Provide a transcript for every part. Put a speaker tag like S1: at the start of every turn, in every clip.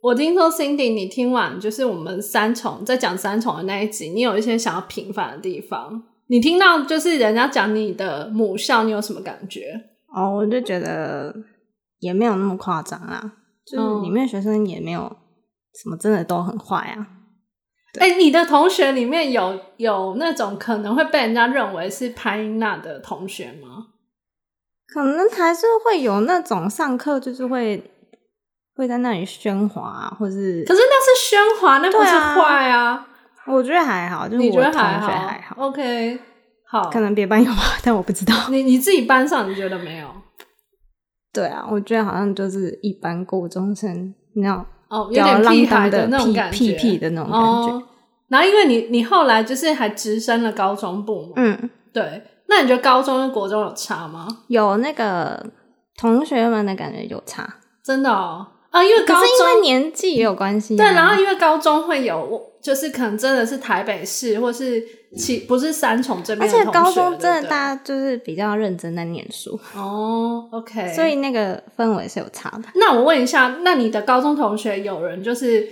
S1: 我听说 Cindy，你听完就是我们三重在讲三重的那一集，你有一些想要平反的地方。你听到就是人家讲你的母校，你有什么感觉？
S2: 哦，我就觉得也没有那么夸张啊，
S1: 嗯
S2: 就是里面学生也没有什么真的都很坏啊。
S1: 哎、你的同学里面有有那种可能会被人家认为是拍娜的同学吗？
S2: 可能还是会有那种上课就是会会在那里喧哗、啊，或是
S1: 可是那是喧哗，那不是
S2: 对啊
S1: 坏啊。
S2: 我觉得还好，就是
S1: 你
S2: 啊
S1: 觉
S2: 我同
S1: 得
S2: 学
S1: 还好
S2: 还好，
S1: o k 好
S2: 可。能别班有吧，但我不知道。
S1: 你你自己班上你觉得没有？
S2: 对啊，我觉得好像就是一般国中生那种
S1: 哦，有
S2: 吊儿
S1: 点
S2: 郎
S1: 屁
S2: 当
S1: 孩
S2: 的
S1: 那种感觉，
S2: 屁屁屁的那种感觉。
S1: 哦。然后，因为你你后来就是还直升了高中部嘛，
S2: 嗯，
S1: 对。那你觉得高中跟国中有差吗？
S2: 有那个同学们的感觉有差，
S1: 真的哦，啊，因为
S2: 可
S1: 高
S2: 是因
S1: 中
S2: 为年纪也有关系啊、
S1: 对，然后因为高中会有，我就是可能真的是台北市或是其不是三重这边
S2: 而
S1: 的同
S2: 且
S1: 学，
S2: 高中
S1: 对
S2: 真
S1: 不
S2: 的
S1: 对
S2: 大家就是比较认真在念书，
S1: 哦，OK，
S2: 所以那个氛围是有差的。
S1: 那我问一下，那你的高中同学有人就是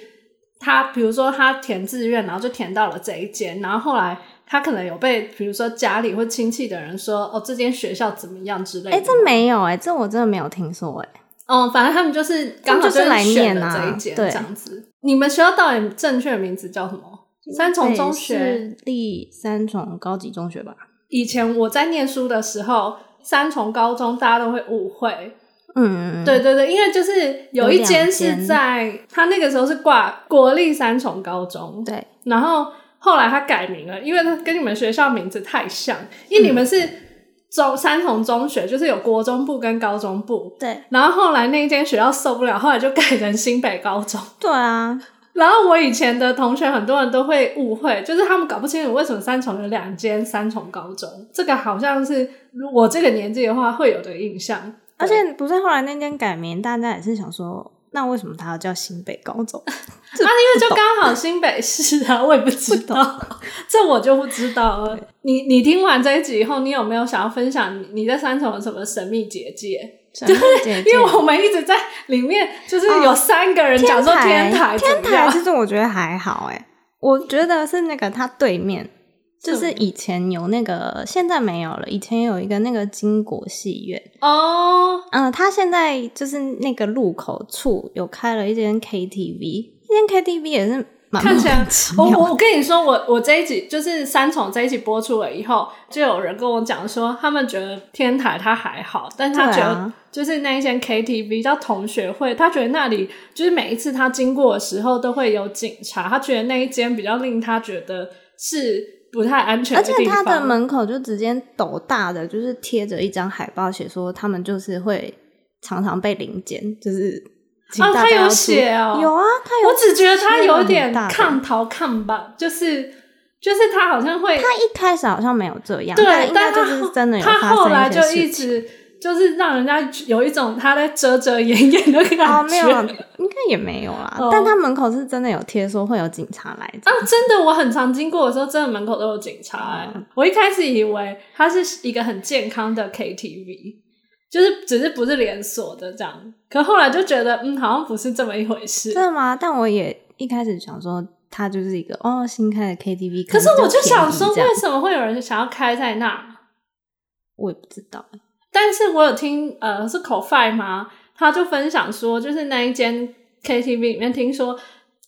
S1: 他，比如说他填志愿，然后就填到了这一间，然后后来他可能有被，比如说家里或亲戚的人说，哦，这间学校怎么样之类的。
S2: 哎、这没有哎、这我真的没有听说哎、
S1: 哦，反正他们就是刚好
S2: 他们就是来
S1: 选
S2: 念
S1: 了
S2: 啊
S1: 这一间，
S2: 对
S1: 这样子。你们学校到底正确的名字叫什么？三重中学。
S2: 是立三重高级中学吧？
S1: 以前我在念书的时候，三重高中大家都会误会，
S2: 嗯，
S1: 对对对，因为就是有一间
S2: 有
S1: 是
S2: 两间
S1: 在他那个时候是挂国立三重高中，
S2: 对，
S1: 然后后来他改名了，因为他跟你们学校名字太像，因为你们
S2: 嗯
S1: 是中、三重中学，就是有国中部跟高中部，
S2: 对
S1: 然后后来那间学校受不了，后来就改成新北高中。
S2: 对啊，
S1: 然后我以前的同学很多人都会误会，就是他们搞不清楚为什么三重有两间三重高中，这个好像是我这个年纪的话会有的印象。
S2: 而且不是后来那间改名，大家也是想说，那为什么他要叫新北高 中？
S1: 啊，因 为就刚好新北市啊，我也不知道，这我就不知道了。你你听完这一集以后，你有没有想要分享你你在三重有什么神秘结界？
S2: 对
S1: 因为我们一直在里面，就是有三个人讲说天台怎
S2: 哦
S1: 么
S2: 天
S1: 样
S2: 台，其实我觉得还好哎、我觉得是那个它对面，就
S1: 什
S2: 是
S1: 么
S2: 以前有那个，现在没有了。以前有一个那个金国戏院，
S1: 哦，
S2: 嗯、它现在就是那个路口处有开了一间 KTV，那间 KTV 也是蛮
S1: 看起来哦
S2: 莫名其
S1: 我
S2: 妙
S1: 我我跟你说，我我这一集就是三重这一集播出了以后，就有人跟我讲说，他们觉得天台他还好，但他觉
S2: 对
S1: 得
S2: 啊
S1: 就是那一间 KTV 叫同学会，他觉得那里就是每一次他经过的时候都会有警察，他觉得那一间比较令他觉得是不太安全
S2: 啊而
S1: 的
S2: 且
S1: 地
S2: 它
S1: 方。
S2: 的门口就直接斗大的，就是贴着一张海报，写说他们就是会常常被临检，就是请
S1: 哦，
S2: 大
S1: 他
S2: 家要
S1: 有
S2: 注意
S1: 写哦，
S2: 有啊，他有
S1: 我只觉得他有点
S2: 很大的
S1: 看逃看吧，就是就是他好像会
S2: 他一开始好像没有这样，
S1: 对，
S2: 应
S1: 但
S2: 该就
S1: 他
S2: 是真的有
S1: 他
S2: 发
S1: 后来
S2: 生
S1: 就
S2: 些事
S1: 一
S2: 情。
S1: 直就是让人家有一种他在遮遮掩掩的感觉。啊
S2: 哦，没有，应该也没有啦。
S1: 哦
S2: 但他门口是真的有贴说会有警察来这
S1: 啊
S2: 样，，
S1: 真的，我很常经过的时候，真的门口都有警察、欸。
S2: 嗯
S1: 我一开始以为它是一个很健康的 KTV，就是只是不是连锁的这样。可后来就觉得，嗯，好像不是这么一回事。
S2: 真的吗？但我也一开始想说，它就是一个哦新开的 KTV，
S1: 可是
S2: 能
S1: 我就
S2: 比较
S1: 想说，
S2: 便宜这样
S1: 为什么会有人想要开在那？
S2: 我也不知道，
S1: 但是我有听，呃，是口 f 吗？他就分享说，就是那一间 KTV 里面，听说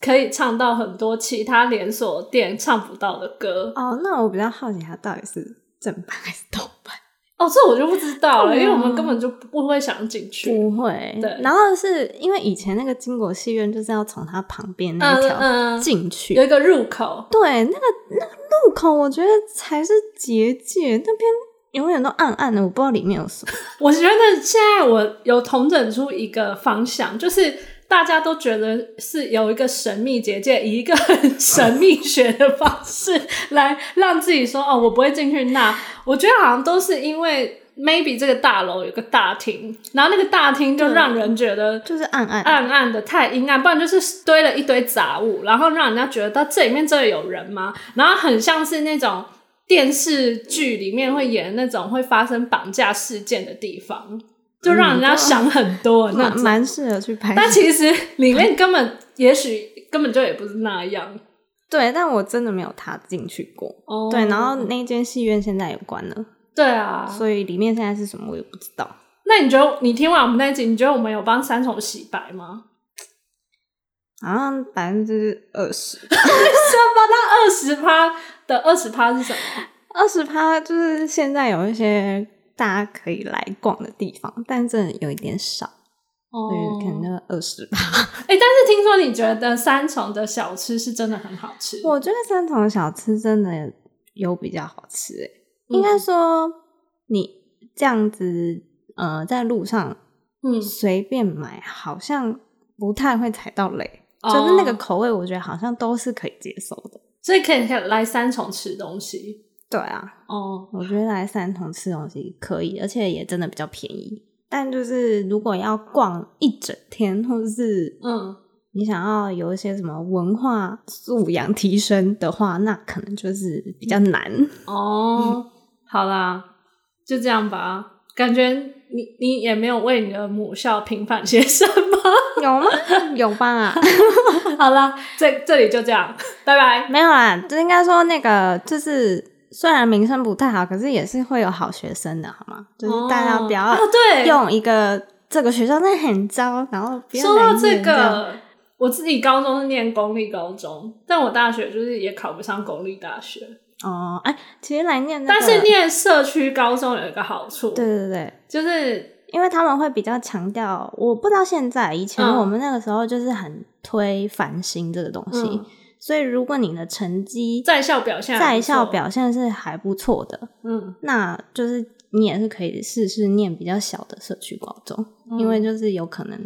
S1: 可以唱到很多其他连锁店唱不到的歌。
S2: 哦，那我比较好奇它到底是正版还是盗版？
S1: 哦，这我就不知道了，
S2: 对啊
S1: 因为我们根本就不会想进去。
S2: 不会，
S1: 对
S2: 然后是因为以前那个金国戏院就是要从它旁边
S1: 嗯
S2: 那一条
S1: 嗯，嗯
S2: 进去，
S1: 有一个入口，
S2: 对，那个那个路口，我觉得才是结界，那边永远都暗暗的，我不知道里面有什么。
S1: 我觉得现在我有统整出一个方向，就是。大家都觉得是有一个神秘结界，以一个很神秘学的方式来让自己说哦，我不会进去那。我觉得好像都是因为 maybe 这个大楼有个大厅，然后那个大厅就
S2: 对
S1: 让人觉得
S2: 就是暗暗的
S1: 暗暗的太阴暗，不然就是堆了一堆杂物，然后让人家觉得到这里面真的有人吗？然后很像是那种电视剧里面会演那种会发生绑架事件的地方，就让人家想很多那
S2: 蛮
S1: 种。
S2: 蛮适合去拍。
S1: 但其实里面根本也许根本就也不是那样。
S2: 对，但我真的没有踏进去过。
S1: 哦，
S2: 对，然后那间戏院现在也关了，
S1: 对啊，
S2: 所以里面现在是什么我也不知道。
S1: 那你觉得你听完我们那一集，你觉得我们有帮三重洗白吗？
S2: 好像百分之二十，
S1: 二十趴的二十趴是什么？
S2: 二十趴就是现在有一些大家可以来逛的地方，但真的有一点少，
S1: 哦
S2: 所以可能那二十趴。
S1: 哎、但是听说你觉得三重的小吃是真的很好吃，
S2: 我觉得三重小吃真的有比较好吃、欸，
S1: 嗯
S2: 应该说你这样子呃在路上
S1: 嗯，
S2: 随便买，好像不太会踩到雷。
S1: 哦
S2: 就是那个口味，我觉得好像都是可以接受的。
S1: 所以可以可以来三重吃东西
S2: 对啊，
S1: 哦。
S2: 我觉得来三重吃东西可以，而且也真的比较便宜。但就是如果要逛一整天，或者是
S1: 嗯，
S2: 你想要有一些什么文化素养提升的话，那可能就是比较难。
S1: 哦，好啦，就这样吧。感觉你你也没有为你的母校平反些什 么。
S2: 有吗？有吧？
S1: 好啦，这这里就这样，拜拜。
S2: 没有啦，就应该说那个就是。虽然名声不太好，可是也是会有好学生的，好吗？就是大家不要、
S1: 哦，哦对，
S2: 用一个这个学校真的很糟，然后不要
S1: 说到
S2: 来
S1: 这
S2: 念样，
S1: 个，我自己高中是念公立高中，但我大学就是也考不上公立大学。
S2: 哦，哎，其实来念、那
S1: 但
S2: 个，
S1: 是念社区高中有一个好处，
S2: 对对对，
S1: 就是
S2: 因为他们会比较强调，我不知道现在以前
S1: 嗯
S2: 我们那个时候就是很推繁星这个东西，
S1: 嗯
S2: 所以如果你的成绩
S1: 在校表现，
S2: 在校，表现是还不错的，
S1: 嗯，
S2: 那就是你也是可以试试念比较小的社区高中，因为就是有可能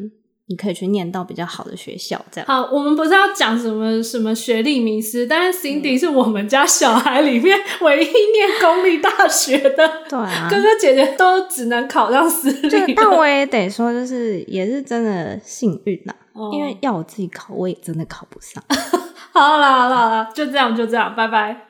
S2: 你可以去念到比较好的学校这样。
S1: 好，我们不是要讲什么什么学历迷失，但是 Cindy 是我们家小孩里面唯一念公立大学的，
S2: 对 啊，
S1: 哥哥姐姐都只能考上私
S2: 就
S1: 立的，
S2: 但我也得说，就是也是真的幸运啦、
S1: 哦
S2: 因为要我自己考，我也真的考不上。
S1: 好啦好啦好啦，就这样就这样，拜拜。